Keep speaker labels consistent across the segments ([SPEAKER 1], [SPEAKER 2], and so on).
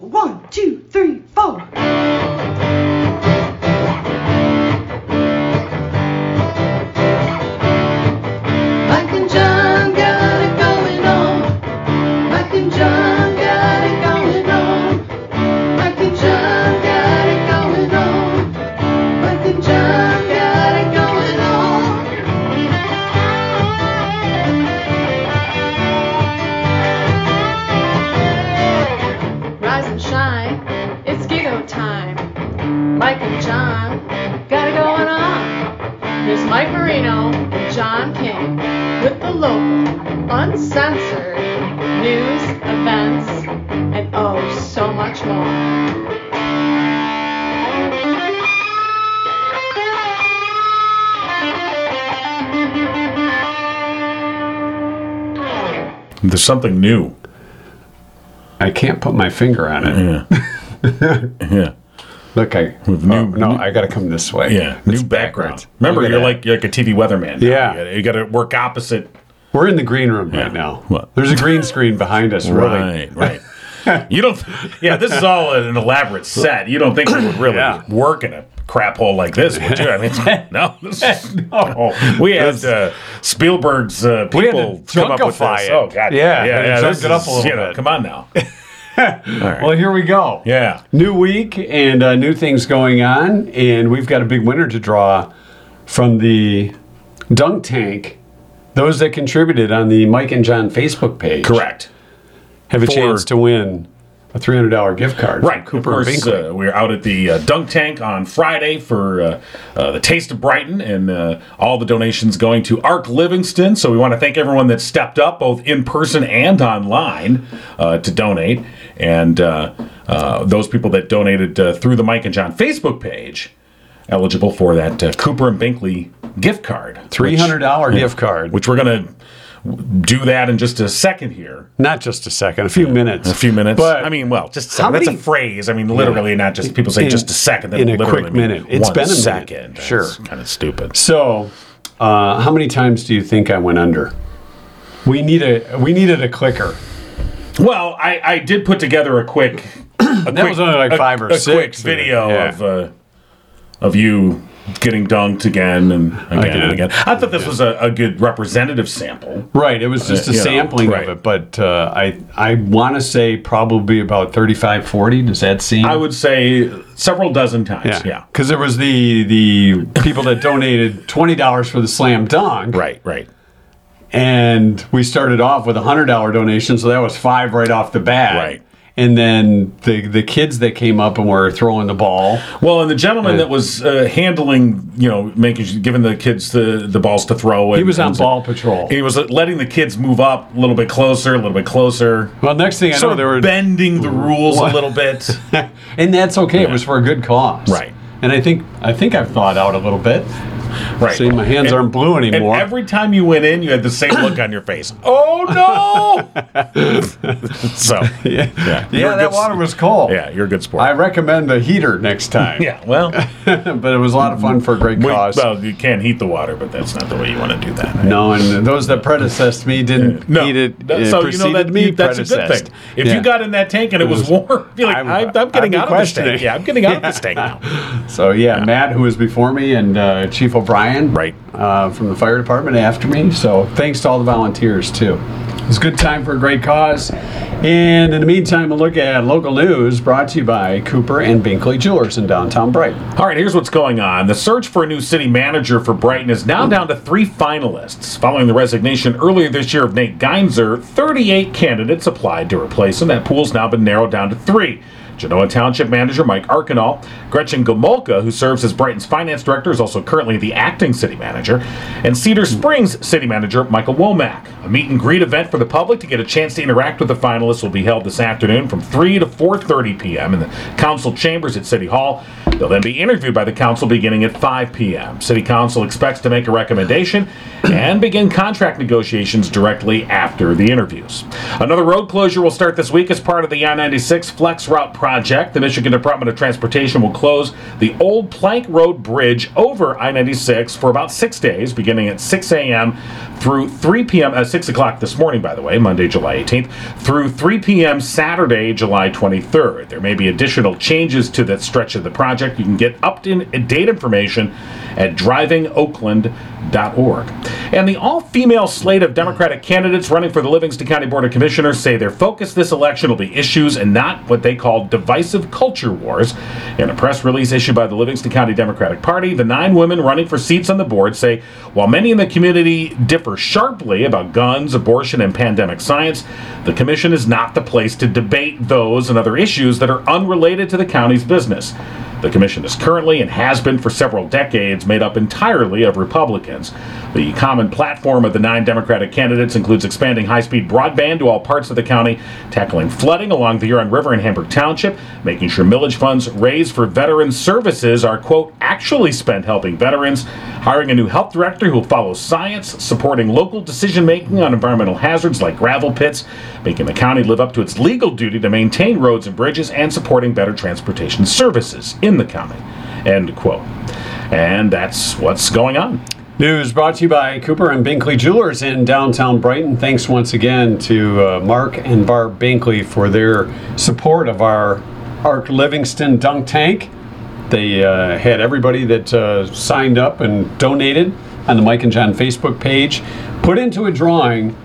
[SPEAKER 1] One, two, three, four. Mike and John got it going on. Mike and John got it going on. Mike and John got it going on. Mike and John got it going on.
[SPEAKER 2] Rise and shine, it's Gigo time. Mike and John got it going on. Here's Mike Marino and John King with the local, uncensored news, events, and oh, so much more.
[SPEAKER 3] There's something new.
[SPEAKER 4] I can't put my finger on it.
[SPEAKER 3] Yeah. yeah.
[SPEAKER 4] Look, I
[SPEAKER 3] With
[SPEAKER 4] oh,
[SPEAKER 3] new-
[SPEAKER 4] no,
[SPEAKER 3] new-
[SPEAKER 4] I got to come this way.
[SPEAKER 3] Yeah.
[SPEAKER 4] It's
[SPEAKER 3] new background.
[SPEAKER 4] backwards.
[SPEAKER 3] Remember,
[SPEAKER 4] Look at
[SPEAKER 3] you're
[SPEAKER 4] that.
[SPEAKER 3] like you're like a TV weatherman. now.
[SPEAKER 4] Yeah.
[SPEAKER 3] You gotta- You got to work opposite.
[SPEAKER 4] we're in the green room right
[SPEAKER 3] Yeah.
[SPEAKER 4] now.
[SPEAKER 3] What?
[SPEAKER 4] There's a green screen behind us. Really?
[SPEAKER 3] Right. Right. you don't. Yeah. This is all an elaborate set. You don't think we would really
[SPEAKER 4] Yeah.
[SPEAKER 3] work in a crap hole like this, would you? I mean, no. This is, no. We had uh, Spielberg's uh,
[SPEAKER 4] We had to
[SPEAKER 3] people come up with
[SPEAKER 4] junkify
[SPEAKER 3] this.
[SPEAKER 4] it.
[SPEAKER 3] Oh God.
[SPEAKER 4] Yeah,
[SPEAKER 3] Yeah.
[SPEAKER 4] and
[SPEAKER 3] yeah
[SPEAKER 4] junk
[SPEAKER 3] this
[SPEAKER 4] it up a
[SPEAKER 3] is,
[SPEAKER 4] little
[SPEAKER 3] you know,
[SPEAKER 4] bit.
[SPEAKER 3] Come on now.
[SPEAKER 4] Well, here we go.
[SPEAKER 3] Yeah.
[SPEAKER 4] New week and uh, new things going on, and we've got a big winner to draw from the dunk tank. Those that contributed on the Mike and John Facebook page
[SPEAKER 3] Correct.
[SPEAKER 4] have a
[SPEAKER 3] For-
[SPEAKER 4] chance to win a three hundred dollar gift card. from
[SPEAKER 3] Right,
[SPEAKER 4] Cooper
[SPEAKER 3] Cooper.
[SPEAKER 4] and Binkley.
[SPEAKER 3] Uh, we're out at the uh, Dunk Tank on Friday for uh, uh, the Taste of Brighton, and uh, all the donations going to Arc Livingston. So we want to thank everyone that stepped up, both in person and online, uh, to donate, and uh, uh, those people that donated uh, through the Mike and John Facebook page eligible for that uh, Cooper and Binkley gift card.
[SPEAKER 4] Three hundred dollar
[SPEAKER 3] which-
[SPEAKER 4] gift card.
[SPEAKER 3] Which we're gonna do that in just a second here.
[SPEAKER 4] Not just a second, a few minutes.
[SPEAKER 3] A few minutes.
[SPEAKER 4] But
[SPEAKER 3] I mean, well, just a
[SPEAKER 4] How
[SPEAKER 3] second. That's a
[SPEAKER 4] many-
[SPEAKER 3] phrase. I mean, literally, not just people say
[SPEAKER 4] In-
[SPEAKER 3] just a second. That
[SPEAKER 4] in a
[SPEAKER 3] literally
[SPEAKER 4] quick
[SPEAKER 3] mean
[SPEAKER 4] minute. It's
[SPEAKER 3] one
[SPEAKER 4] been a minute.
[SPEAKER 3] second. That's
[SPEAKER 4] Sure.
[SPEAKER 3] kind of stupid.
[SPEAKER 4] So, uh, how many times do you think I went under? We need a we needed a clicker.
[SPEAKER 3] Well, I, I did put together a quick. A that
[SPEAKER 4] was only like five or
[SPEAKER 3] a Quick
[SPEAKER 4] six.
[SPEAKER 3] video
[SPEAKER 4] Yeah.
[SPEAKER 3] of uh, of you getting dunked again and again
[SPEAKER 4] did.
[SPEAKER 3] and again. I thought this was a, a good representative sample.
[SPEAKER 4] Right. It was just
[SPEAKER 3] Uh,
[SPEAKER 4] a
[SPEAKER 3] you know,
[SPEAKER 4] sampling
[SPEAKER 3] right.
[SPEAKER 4] of it, but uh, I I want to say probably about 35, 40. Does that seem?
[SPEAKER 3] I would say several dozen times. Yeah.
[SPEAKER 4] Because there was the the people that donated twenty dollars for the slam dunk,
[SPEAKER 3] Right. Right.
[SPEAKER 4] and we started off with a hundred dollar donation, so that was five right off the bat,
[SPEAKER 3] Right.
[SPEAKER 4] And then the the kids that came up and were throwing the ball,
[SPEAKER 3] Well, and the gentleman that was uh, handling, you know, making giving the kids the, the balls to throw. And,
[SPEAKER 4] he was on
[SPEAKER 3] and-
[SPEAKER 4] ball patrol.
[SPEAKER 3] He was letting the kids move up a little bit closer, a little bit closer.
[SPEAKER 4] Well, next thing I
[SPEAKER 3] Sort
[SPEAKER 4] know,
[SPEAKER 3] of
[SPEAKER 4] there were
[SPEAKER 3] bending the rules a little bit.
[SPEAKER 4] and that's okay. It was for a good cause,
[SPEAKER 3] Right.
[SPEAKER 4] And I think I think I've thawed out a little bit.
[SPEAKER 3] Right.
[SPEAKER 4] See, my hands aren't blue
[SPEAKER 3] and
[SPEAKER 4] anymore.
[SPEAKER 3] every time you went in, you had the same look on your face. Oh no! so yeah, yeah, You're a
[SPEAKER 4] yeah, that
[SPEAKER 3] good s-
[SPEAKER 4] water was cold.
[SPEAKER 3] Yeah, you're a good sport.
[SPEAKER 4] I recommend a heater next time.
[SPEAKER 3] yeah, well,
[SPEAKER 4] but it was a lot of fun for a great
[SPEAKER 3] we-
[SPEAKER 4] cause.
[SPEAKER 3] well, you can heat the water, but that's not the way you want to do that.
[SPEAKER 4] no, and those that predecessed me didn't
[SPEAKER 3] No,
[SPEAKER 4] heat it.
[SPEAKER 3] No,
[SPEAKER 4] it
[SPEAKER 3] so you know
[SPEAKER 4] preceded
[SPEAKER 3] that
[SPEAKER 4] me,
[SPEAKER 3] that's a good
[SPEAKER 4] predecessed.
[SPEAKER 3] thing. If
[SPEAKER 4] Yeah.
[SPEAKER 3] you got in that tank and it was warm, you're like,
[SPEAKER 4] I'm-
[SPEAKER 3] I'm, I'm getting
[SPEAKER 4] I'm
[SPEAKER 3] out of this
[SPEAKER 4] questioning.
[SPEAKER 3] tank. Yeah, I'm getting out of this tank now.
[SPEAKER 4] so, yeah, Matt, who was before me, and uh, Chief O'Brien,
[SPEAKER 3] Right.
[SPEAKER 4] uh, from the fire department after me. So, thanks to all the volunteers too. It was a good time for a great cause. And in the meantime, a look at local news brought to you by Cooper and Binkley Jewelers in downtown Brighton.
[SPEAKER 3] All right, here's what's going on. The search for a new city manager for Brighton is now down to three finalists. Following the resignation earlier this year of Nate Geinzer, 38 candidates applied to replace him. That pool's now been narrowed down to three. Genoa Township Manager Mike Arkanall, Gretchen Gomolka, who serves as Brighton's finance director, is also currently the acting city manager, and Cedar Springs city manager Michael Womack. A meet and greet event for the public to get a chance to interact with the finalists will be held this afternoon from 3 to 4:30 p.m. in the council chambers at City Hall. They'll then be interviewed by the council beginning at 5 p.m. City Council expects to make a recommendation and begin contract negotiations directly after the interviews. Another road closure will start this week as part of the I 96 Flex Route project. The Michigan Department of Transportation will close the old Plank Road Bridge over I 96 for about uh, six days, beginning at 6 a.m. through 3 p.m. at 6 o'clock this morning starting, by the way, Monday, July 18th, through 3 p.m. Saturday, July 23rd. There may be additional changes to that stretch of the project. You can get up-to-date information at drivingoakland.org. And the all-female slate of Democratic candidates running for the Livingston County Board of Commissioners say their focus this election will be issues and not what they call divisive culture wars. In a press release issued by the Livingston County Democratic Party, the nine women running for seats on the board say while many in the community differ sharply about guns, abortion, and pandemic science, the commission is not the place to debate those and other issues that are unrelated to the county's business. The commission is currently and has been for several decades made up entirely of Republicans. The common platform of the nine Democratic candidates includes expanding high speed broadband to all parts of the county, tackling flooding along the Huron River in Hamburg Township, making sure millage funds raised for veteran services are, quote, actually spent helping veterans, hiring a new health director who will follow science, supporting local decision making on environmental hazards like gravel pits, making the county live up to its legal duty to maintain roads and bridges, and supporting better transportation services in the county. End quote. And that's what's going on.
[SPEAKER 4] News brought to you by Cooper and Binkley Jewelers in downtown Brighton. Thanks once again to uh, Mark and Barb Binkley for their support of our Arc Livingston dunk tank. They uh, had everybody that uh, signed up and donated on the Mike and John Facebook page put into a drawing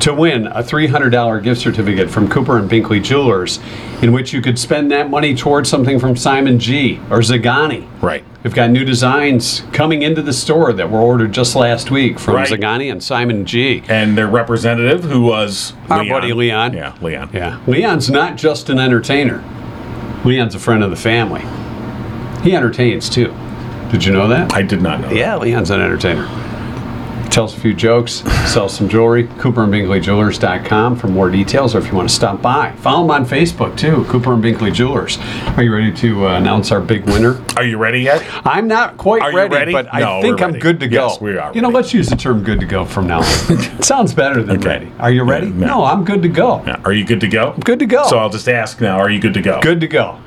[SPEAKER 4] to win a $300 gift certificate from Cooper and Binkley Jewelers, in which you could spend that money towards something from Simon G. or Zagani.
[SPEAKER 3] Right.
[SPEAKER 4] We've got new designs coming into the store that were ordered just last week from
[SPEAKER 3] Right.
[SPEAKER 4] Zagani and Simon G.
[SPEAKER 3] And their representative, who was
[SPEAKER 4] Our buddy Leon.
[SPEAKER 3] Yeah, Leon.
[SPEAKER 4] Yeah. Leon's not just an entertainer. Leon's a friend of the family. He entertains too. Did you know that?
[SPEAKER 3] I did not know.
[SPEAKER 4] Yeah, Leon's an entertainer. Tells a few jokes, sells some jewelry. Cooper and Binkley Jewelers.com for more details, or if you want to stop by, follow them on Facebook too. Cooper and Binkley Jewelers. Are you ready to uh, announce our big winner?
[SPEAKER 3] Are you ready yet?
[SPEAKER 4] I'm not quite
[SPEAKER 3] Are you
[SPEAKER 4] ready,
[SPEAKER 3] ready?
[SPEAKER 4] but
[SPEAKER 3] No,
[SPEAKER 4] I
[SPEAKER 3] we're
[SPEAKER 4] think I'm
[SPEAKER 3] ready.
[SPEAKER 4] good to go.
[SPEAKER 3] Yes, we are
[SPEAKER 4] You know,
[SPEAKER 3] ready.
[SPEAKER 4] let's use the term "good to go" from now on. It Sounds better than
[SPEAKER 3] Okay.
[SPEAKER 4] ready. Are you ready?
[SPEAKER 3] Yeah, no.
[SPEAKER 4] No, I'm good to go.
[SPEAKER 3] Now, Are you good to go?
[SPEAKER 4] Good to go.
[SPEAKER 3] So I'll just ask now. Are you good to go?
[SPEAKER 4] Good to go.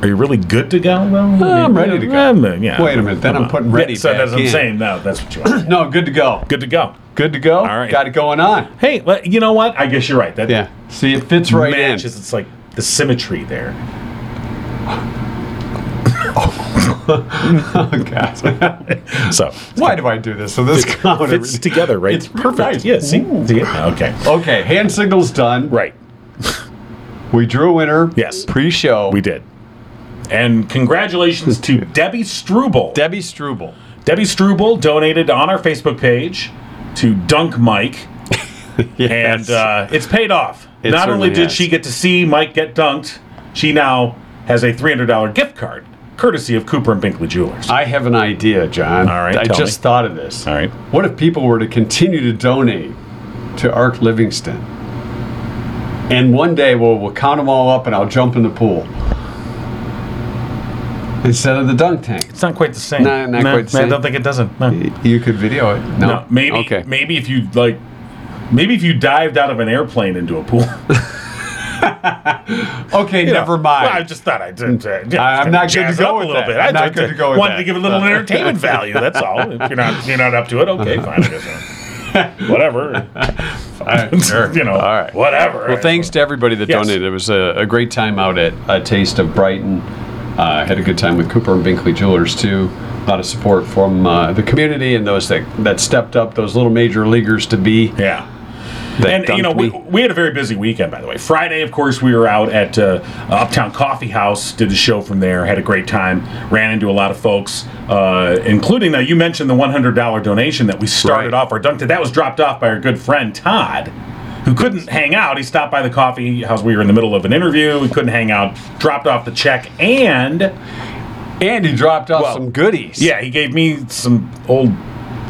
[SPEAKER 3] Are you really good to go though?
[SPEAKER 4] I'm ready to go.
[SPEAKER 3] yeah.
[SPEAKER 4] Wait a minute, then
[SPEAKER 3] Come
[SPEAKER 4] I'm
[SPEAKER 3] on.
[SPEAKER 4] putting ready
[SPEAKER 3] Yeah, so
[SPEAKER 4] back
[SPEAKER 3] that's what I'm
[SPEAKER 4] in.
[SPEAKER 3] saying. No, that's what you want.
[SPEAKER 4] No, good to go.
[SPEAKER 3] good to go.
[SPEAKER 4] Good to go.
[SPEAKER 3] All right.
[SPEAKER 4] Got it going on.
[SPEAKER 3] Hey, well, you know what? I guess you're right. That
[SPEAKER 4] Yeah. See, it fits right
[SPEAKER 3] matches. It's like the symmetry there.
[SPEAKER 4] in. Oh God.
[SPEAKER 3] So
[SPEAKER 4] Why do I do this? So this count
[SPEAKER 3] fits
[SPEAKER 4] every-
[SPEAKER 3] together, right?
[SPEAKER 4] It's
[SPEAKER 3] perfect.
[SPEAKER 4] Nice.
[SPEAKER 3] Yeah. See. Yeah, Okay.
[SPEAKER 4] Okay, hand signals done.
[SPEAKER 3] Right.
[SPEAKER 4] We drew a winner.
[SPEAKER 3] Yes.
[SPEAKER 4] Pre-show.
[SPEAKER 3] We did. And congratulations to Debbie Struble.
[SPEAKER 4] Debbie Struble.
[SPEAKER 3] Debbie Struble donated on our Facebook page to Dunk Mike, and uh, it's paid off.
[SPEAKER 4] It
[SPEAKER 3] Not only
[SPEAKER 4] certainly
[SPEAKER 3] did
[SPEAKER 4] has.
[SPEAKER 3] she get to see Mike get dunked, she now has a $300 gift card, courtesy of Cooper and Binkley Jewelers.
[SPEAKER 4] I have an idea, John.
[SPEAKER 3] All right,
[SPEAKER 4] I
[SPEAKER 3] tell
[SPEAKER 4] just
[SPEAKER 3] me.
[SPEAKER 4] thought of this.
[SPEAKER 3] All right.
[SPEAKER 4] What if people were to continue to donate to Arc Livingston? And one day we'll, we'll count them all up and I'll jump in the pool. Instead of the dunk tank.
[SPEAKER 3] It's not quite the same.
[SPEAKER 4] No, not
[SPEAKER 3] No,
[SPEAKER 4] quite the
[SPEAKER 3] I
[SPEAKER 4] same.
[SPEAKER 3] don't think it doesn't. No.
[SPEAKER 4] You could video it. No.
[SPEAKER 3] No, maybe
[SPEAKER 4] Okay.
[SPEAKER 3] maybe if you like maybe if you dived out of an airplane into a pool.
[SPEAKER 4] Okay,
[SPEAKER 3] You know,
[SPEAKER 4] never mind.
[SPEAKER 3] Well, I just thought I'd. Uh, yeah,
[SPEAKER 4] I- I'm not good to
[SPEAKER 3] jazz
[SPEAKER 4] go
[SPEAKER 3] up
[SPEAKER 4] with
[SPEAKER 3] a little
[SPEAKER 4] that.
[SPEAKER 3] bit.
[SPEAKER 4] I'm
[SPEAKER 3] I
[SPEAKER 4] not
[SPEAKER 3] just
[SPEAKER 4] good to go with
[SPEAKER 3] wanted
[SPEAKER 4] that. Uh,
[SPEAKER 3] to give a little entertainment value. That's all. If you're not you're not up to it,
[SPEAKER 4] Uh-huh.
[SPEAKER 3] okay, fine. I guess. uh, Whatever.
[SPEAKER 4] Sure.
[SPEAKER 3] you know.
[SPEAKER 4] All right.
[SPEAKER 3] Whatever.
[SPEAKER 4] Well, thanks to everybody that
[SPEAKER 3] Yes.
[SPEAKER 4] donated. It was a, a great time out at a Taste of Brighton. Uh, had a good time with Cooper and Binkley Jewelers too. A lot of support from uh, the community and those that, that stepped up, those little major leaguers to be.
[SPEAKER 3] Yeah.
[SPEAKER 4] that
[SPEAKER 3] and you
[SPEAKER 4] dunked
[SPEAKER 3] know we,
[SPEAKER 4] me.
[SPEAKER 3] we had a very busy weekend by the way friday of course we were out at uh, uptown coffee house did a show from there had a great time ran into a lot of folks uh, including now you mentioned the $100 donation that we started
[SPEAKER 4] Right.
[SPEAKER 3] off our dunk to that was dropped off by our good friend todd who couldn't hang out he stopped by the coffee house we were in the middle of an interview he couldn't hang out dropped off the check and
[SPEAKER 4] and he dropped off
[SPEAKER 3] Well,
[SPEAKER 4] some goodies.
[SPEAKER 3] yeah, he gave me some old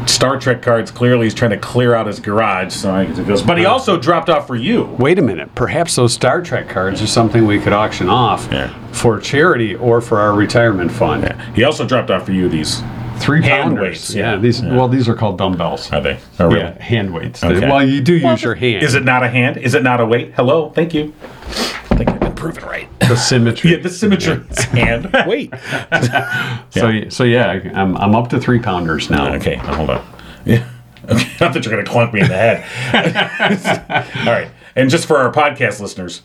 [SPEAKER 3] Star Trek cards. Clearly, he's trying to clear out his garage. So I guess it goes. But he also dropped off for you.
[SPEAKER 4] Wait a minute. Perhaps those Star Trek cards are something we could auction off
[SPEAKER 3] Yeah.
[SPEAKER 4] for charity or for our retirement fund.
[SPEAKER 3] He also dropped off for you these.
[SPEAKER 4] Three
[SPEAKER 3] Hand
[SPEAKER 4] pounders.
[SPEAKER 3] weights,
[SPEAKER 4] Yeah.
[SPEAKER 3] yeah.
[SPEAKER 4] These. Well, these are called dumbbells.
[SPEAKER 3] Are they? Oh, really?
[SPEAKER 4] Yeah. Hand weights.
[SPEAKER 3] Okay.
[SPEAKER 4] Well, you do use your hand.
[SPEAKER 3] Is it not a hand? Is it not a weight? Hello, thank you. I think I've been proven right.
[SPEAKER 4] the symmetry?
[SPEAKER 3] Yeah, the symmetry is hand weight.
[SPEAKER 4] So, so yeah, I- I'm, I'm up to three pounders now.
[SPEAKER 3] Okay, hold on. Yeah. Okay, not that you're going to clunk me in the head. All right. And just for our podcast listeners,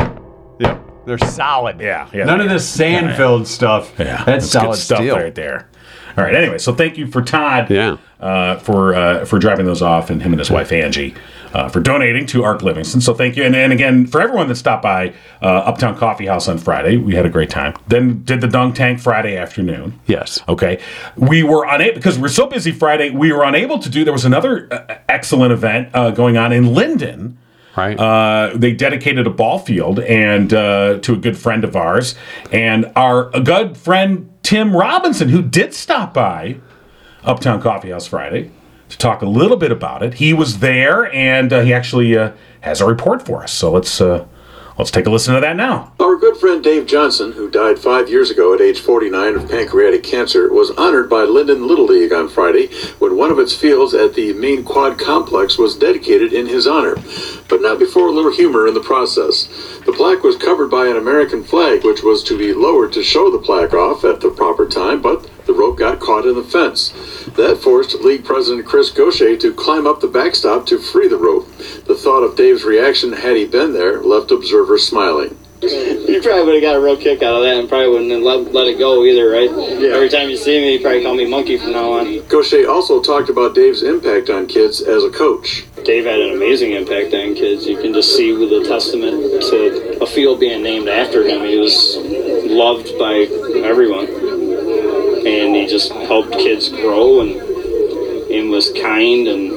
[SPEAKER 4] Yep. They're solid.
[SPEAKER 3] yeah, yeah.
[SPEAKER 4] None of this sand filled stuff.
[SPEAKER 3] Yeah,
[SPEAKER 4] That's,
[SPEAKER 3] good
[SPEAKER 4] solid
[SPEAKER 3] stuff
[SPEAKER 4] steel.
[SPEAKER 3] right there. All right. Anyway, so thank you for Todd.
[SPEAKER 4] Yeah.
[SPEAKER 3] Uh, for uh, for dropping those off, and him and his wife Angie uh, for donating to Arc Livingston. So thank you, and, and again for everyone that stopped by uh, Uptown Coffee House on Friday. We had a great time. Then did the dunk tank Friday afternoon.
[SPEAKER 4] Yes.
[SPEAKER 3] Okay. We were unable because we were so busy Friday. We were unable to do. There was another uh, excellent event uh, going on in Linden.
[SPEAKER 4] Right.
[SPEAKER 3] Uh, they dedicated a ball field and uh, to a good friend of ours, and our good friend Tim Robinson, who did stop by Uptown Coffee House Friday to talk a little bit about it. He was there, and uh, he actually uh, has a report for us. So let's uh, let's take a listen to that now.
[SPEAKER 5] Our good friend Dave Johnson, who died five years ago at age 49 of pancreatic cancer, was honored by Linden Little League on Friday when one of its fields at the main quad complex was dedicated in his honor, but not before a little humor in the process. The plaque was covered by an American flag, which was to be lowered to show the plaque off at the proper time, but the rope got caught in the fence. That forced league president Chris Gaucher to climb up the backstop to free the rope. The thought of Dave's reaction had he been there left observers smiling.
[SPEAKER 6] You probably would have got a real kick out of that and probably wouldn't have let, let it go either, right?
[SPEAKER 5] Yeah.
[SPEAKER 6] Every time you see me, you probably call me Monkey from now on.
[SPEAKER 5] Gaucher also talked about Dave's impact on kids as a coach.
[SPEAKER 6] Dave had an amazing impact on kids. You can just see with a testament to a field being named after him. He was loved by everyone, and he just helped kids grow and and was kind and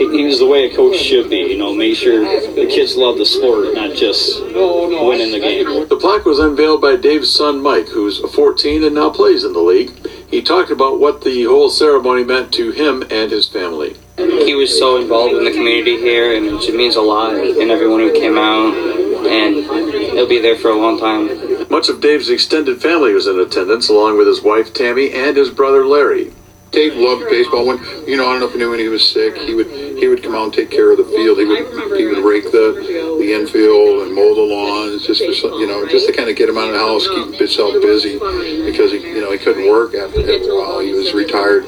[SPEAKER 6] he, he was the way a coach should be. You know, make sure the kids love the sport, not just winning the game.
[SPEAKER 5] The plaque was unveiled by Dave's son Mike, who's 14 and now plays in the league. He talked about what the whole ceremony meant to him and his family.
[SPEAKER 7] he was so involved in the community here, and it means a lot. And everyone who came out, and he'll be there for a long time.
[SPEAKER 5] Much of Dave's extended family was in attendance, along with his wife Tammy and his brother Larry.
[SPEAKER 8] Dave loved baseball. When you know, I don't know if you knew when he was sick, he would he would come out and take care of the field. He would he would rake the the infield and mow the lawns, just for, some- you know, just to kind of get him out of the house, keep himself busy, because he you know he couldn't work after, after a while. uh, He was retired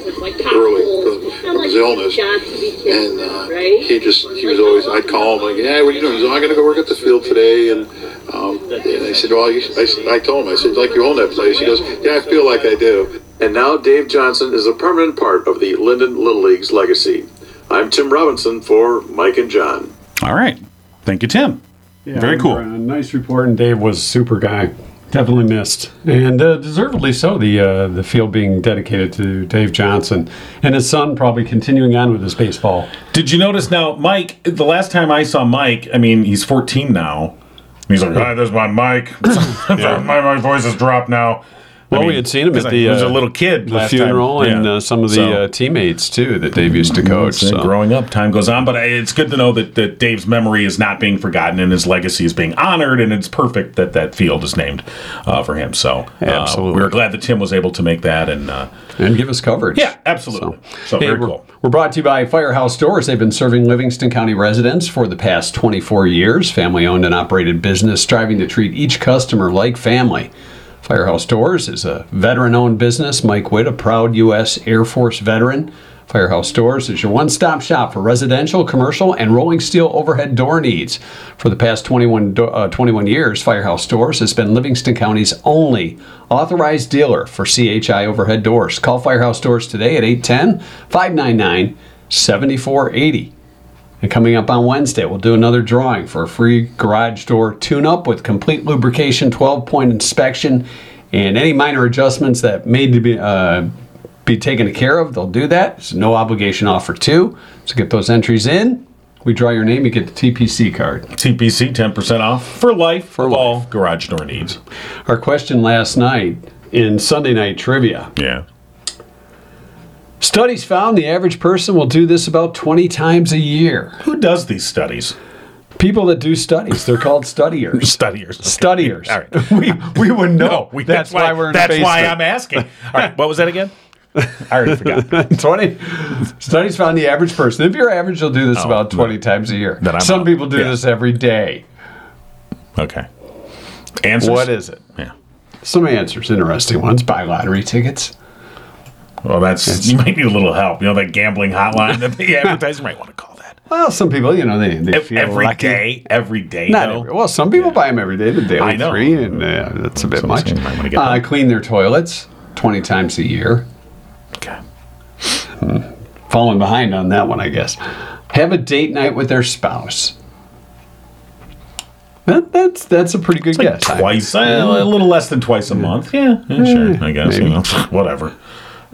[SPEAKER 8] early from, from his illness, and uh, he just he was always I'd call him like, yeah, what are you doing? He's like, I got to go work at the field today, and um, and I said, well, you, I, said- I told him I said like you own that place. He goes, yeah, I feel like I do.
[SPEAKER 5] And now Dave Johnson is a permanent part of the Linden Little League's legacy. I'm Tim Robinson for Mike and John.
[SPEAKER 3] All right. Thank you, Tim. Very cool.
[SPEAKER 4] Uh, nice report, and Dave was a super guy. Definitely missed, and uh, deservedly so. The uh, the field being dedicated to Dave Johnson and his son, probably continuing on with his baseball.
[SPEAKER 3] Did you notice now, Mike? The last time I saw Mike, I mean, he's 14 now. He's like, "Hi, there's my mic. my, my voice has dropped now."
[SPEAKER 4] Well, we had seen him at the,
[SPEAKER 3] he was
[SPEAKER 4] uh,
[SPEAKER 3] a little kid
[SPEAKER 4] The funeral and uh, some of the
[SPEAKER 3] So,
[SPEAKER 4] uh, teammates too that Dave used to coach.
[SPEAKER 3] it's, uh,
[SPEAKER 4] so.
[SPEAKER 3] growing up, time goes on, but I- it's good to know that, that Dave's memory is not being forgotten and his legacy is being honored, and it's perfect that that field is named uh, for him. So, uh,
[SPEAKER 4] Absolutely.
[SPEAKER 3] we were glad that Tim was able to make that, and uh,
[SPEAKER 4] and give us coverage.
[SPEAKER 3] Yeah, absolutely. So very
[SPEAKER 4] we're,
[SPEAKER 3] cool.
[SPEAKER 4] We're brought to you by Firehouse Doors. They've been serving Livingston County residents for the past 24 years. Family owned and operated business striving to treat each customer like family. Firehouse Doors is a veteran owned business. Mike Witt, a proud U.S. Air Force veteran. Firehouse Doors is your one stop shop for residential, commercial, and rolling steel overhead door needs. For the past 21, do- uh, 21 years, Firehouse Doors has been Livingston County's only authorized dealer for CHI overhead doors. Call Firehouse Doors today at 810 599 7480. And coming up on Wednesday, we'll do another drawing for a free garage door tune up with complete lubrication, 12 point inspection, and any minor adjustments that may to be, uh, be taken care of, they'll do that. It's no obligation offer, too. So get those entries in. We draw your name, you get the TPC card.
[SPEAKER 3] TPC 10% off for life for
[SPEAKER 4] life.
[SPEAKER 3] all garage door needs.
[SPEAKER 4] Our question last night in Sunday Night Trivia
[SPEAKER 3] Yeah.
[SPEAKER 4] studies found the average person will do this about 20 times a year.
[SPEAKER 3] Who does these studies?
[SPEAKER 4] People that do studies, they're called studiers.
[SPEAKER 3] Studiers.
[SPEAKER 4] Studiers.
[SPEAKER 3] All right.
[SPEAKER 4] we, we wouldn't know.
[SPEAKER 3] No, we,
[SPEAKER 4] that's, why, we're in
[SPEAKER 3] that's why
[SPEAKER 4] basement.
[SPEAKER 3] I'm asking. All right, what was that again? I already forgot.
[SPEAKER 4] 20 studies found the average person if you're average you'll do this about 20 times a year
[SPEAKER 3] Oh, Then I'm
[SPEAKER 4] some
[SPEAKER 3] out.
[SPEAKER 4] people do
[SPEAKER 3] Yeah.
[SPEAKER 4] this every day
[SPEAKER 3] Okay. Answers.
[SPEAKER 4] what is it
[SPEAKER 3] Yeah.
[SPEAKER 4] some answers interesting ones buy lottery tickets
[SPEAKER 3] Well, that's, you might need a little help. You know that gambling hotline that the advertiser might want to call that
[SPEAKER 4] Well, some people, you know, they, they
[SPEAKER 3] every
[SPEAKER 4] feel
[SPEAKER 3] day,
[SPEAKER 4] lucky.
[SPEAKER 3] every day.
[SPEAKER 4] Not
[SPEAKER 3] though.
[SPEAKER 4] every, well, some people buy them every day, the daily
[SPEAKER 3] I know.
[SPEAKER 4] three, and uh, that's a bit
[SPEAKER 3] So I'm
[SPEAKER 4] much.
[SPEAKER 3] saying you might wanna get
[SPEAKER 4] Uh,
[SPEAKER 3] that.
[SPEAKER 4] clean their toilets twenty times a year.
[SPEAKER 3] Okay.
[SPEAKER 4] Falling behind on that one, I guess. Have a date night with their spouse. That, that's that's a pretty good
[SPEAKER 3] Like
[SPEAKER 4] guess. I-
[SPEAKER 3] twice, uh, a little less than twice a month. Yeah, yeah, sure. I guess you
[SPEAKER 4] maybe.
[SPEAKER 3] know, whatever.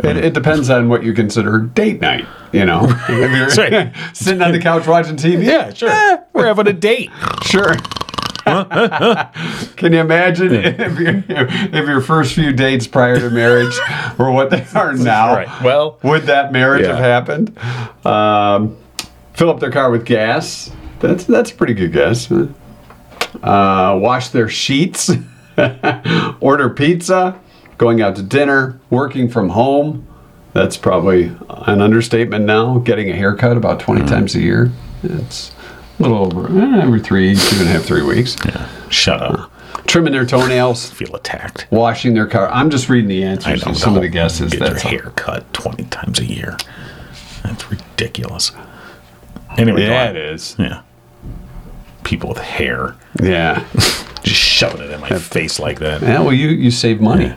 [SPEAKER 4] It, it depends on what you consider date night. You know, if you're
[SPEAKER 3] That's right.
[SPEAKER 4] sitting on the couch watching TV.
[SPEAKER 3] Yeah, sure. Eh, We're having a date.
[SPEAKER 4] Sure. Can you imagine if, you, if your first few dates prior to marriage were what they are now?
[SPEAKER 3] Right. Well,
[SPEAKER 4] Would that marriage
[SPEAKER 3] Yeah.
[SPEAKER 4] have happened? Um, fill up their car with gas. That's that's a pretty good guess. Uh, wash their sheets. Order pizza. Going out to dinner. Working from home. That's probably an understatement now. Getting a haircut about 20
[SPEAKER 3] Mm.
[SPEAKER 4] times a year. It's a little over eh, every three, two and a half, three weeks.
[SPEAKER 3] shut up.
[SPEAKER 4] Trimming their toenails.
[SPEAKER 3] Feel attacked.
[SPEAKER 4] Washing their car. I'm just reading the answers.
[SPEAKER 3] I know.
[SPEAKER 4] to some of the
[SPEAKER 3] no.
[SPEAKER 4] guesses.
[SPEAKER 3] Get your
[SPEAKER 4] That's all.
[SPEAKER 3] hair cut twenty times a year. That's ridiculous. Anyway,
[SPEAKER 4] Yeah,
[SPEAKER 3] go on.
[SPEAKER 4] it is.
[SPEAKER 3] Yeah. People with hair
[SPEAKER 4] Yeah.
[SPEAKER 3] just shoving it in my face like that.
[SPEAKER 4] Yeah, well, you, you save money.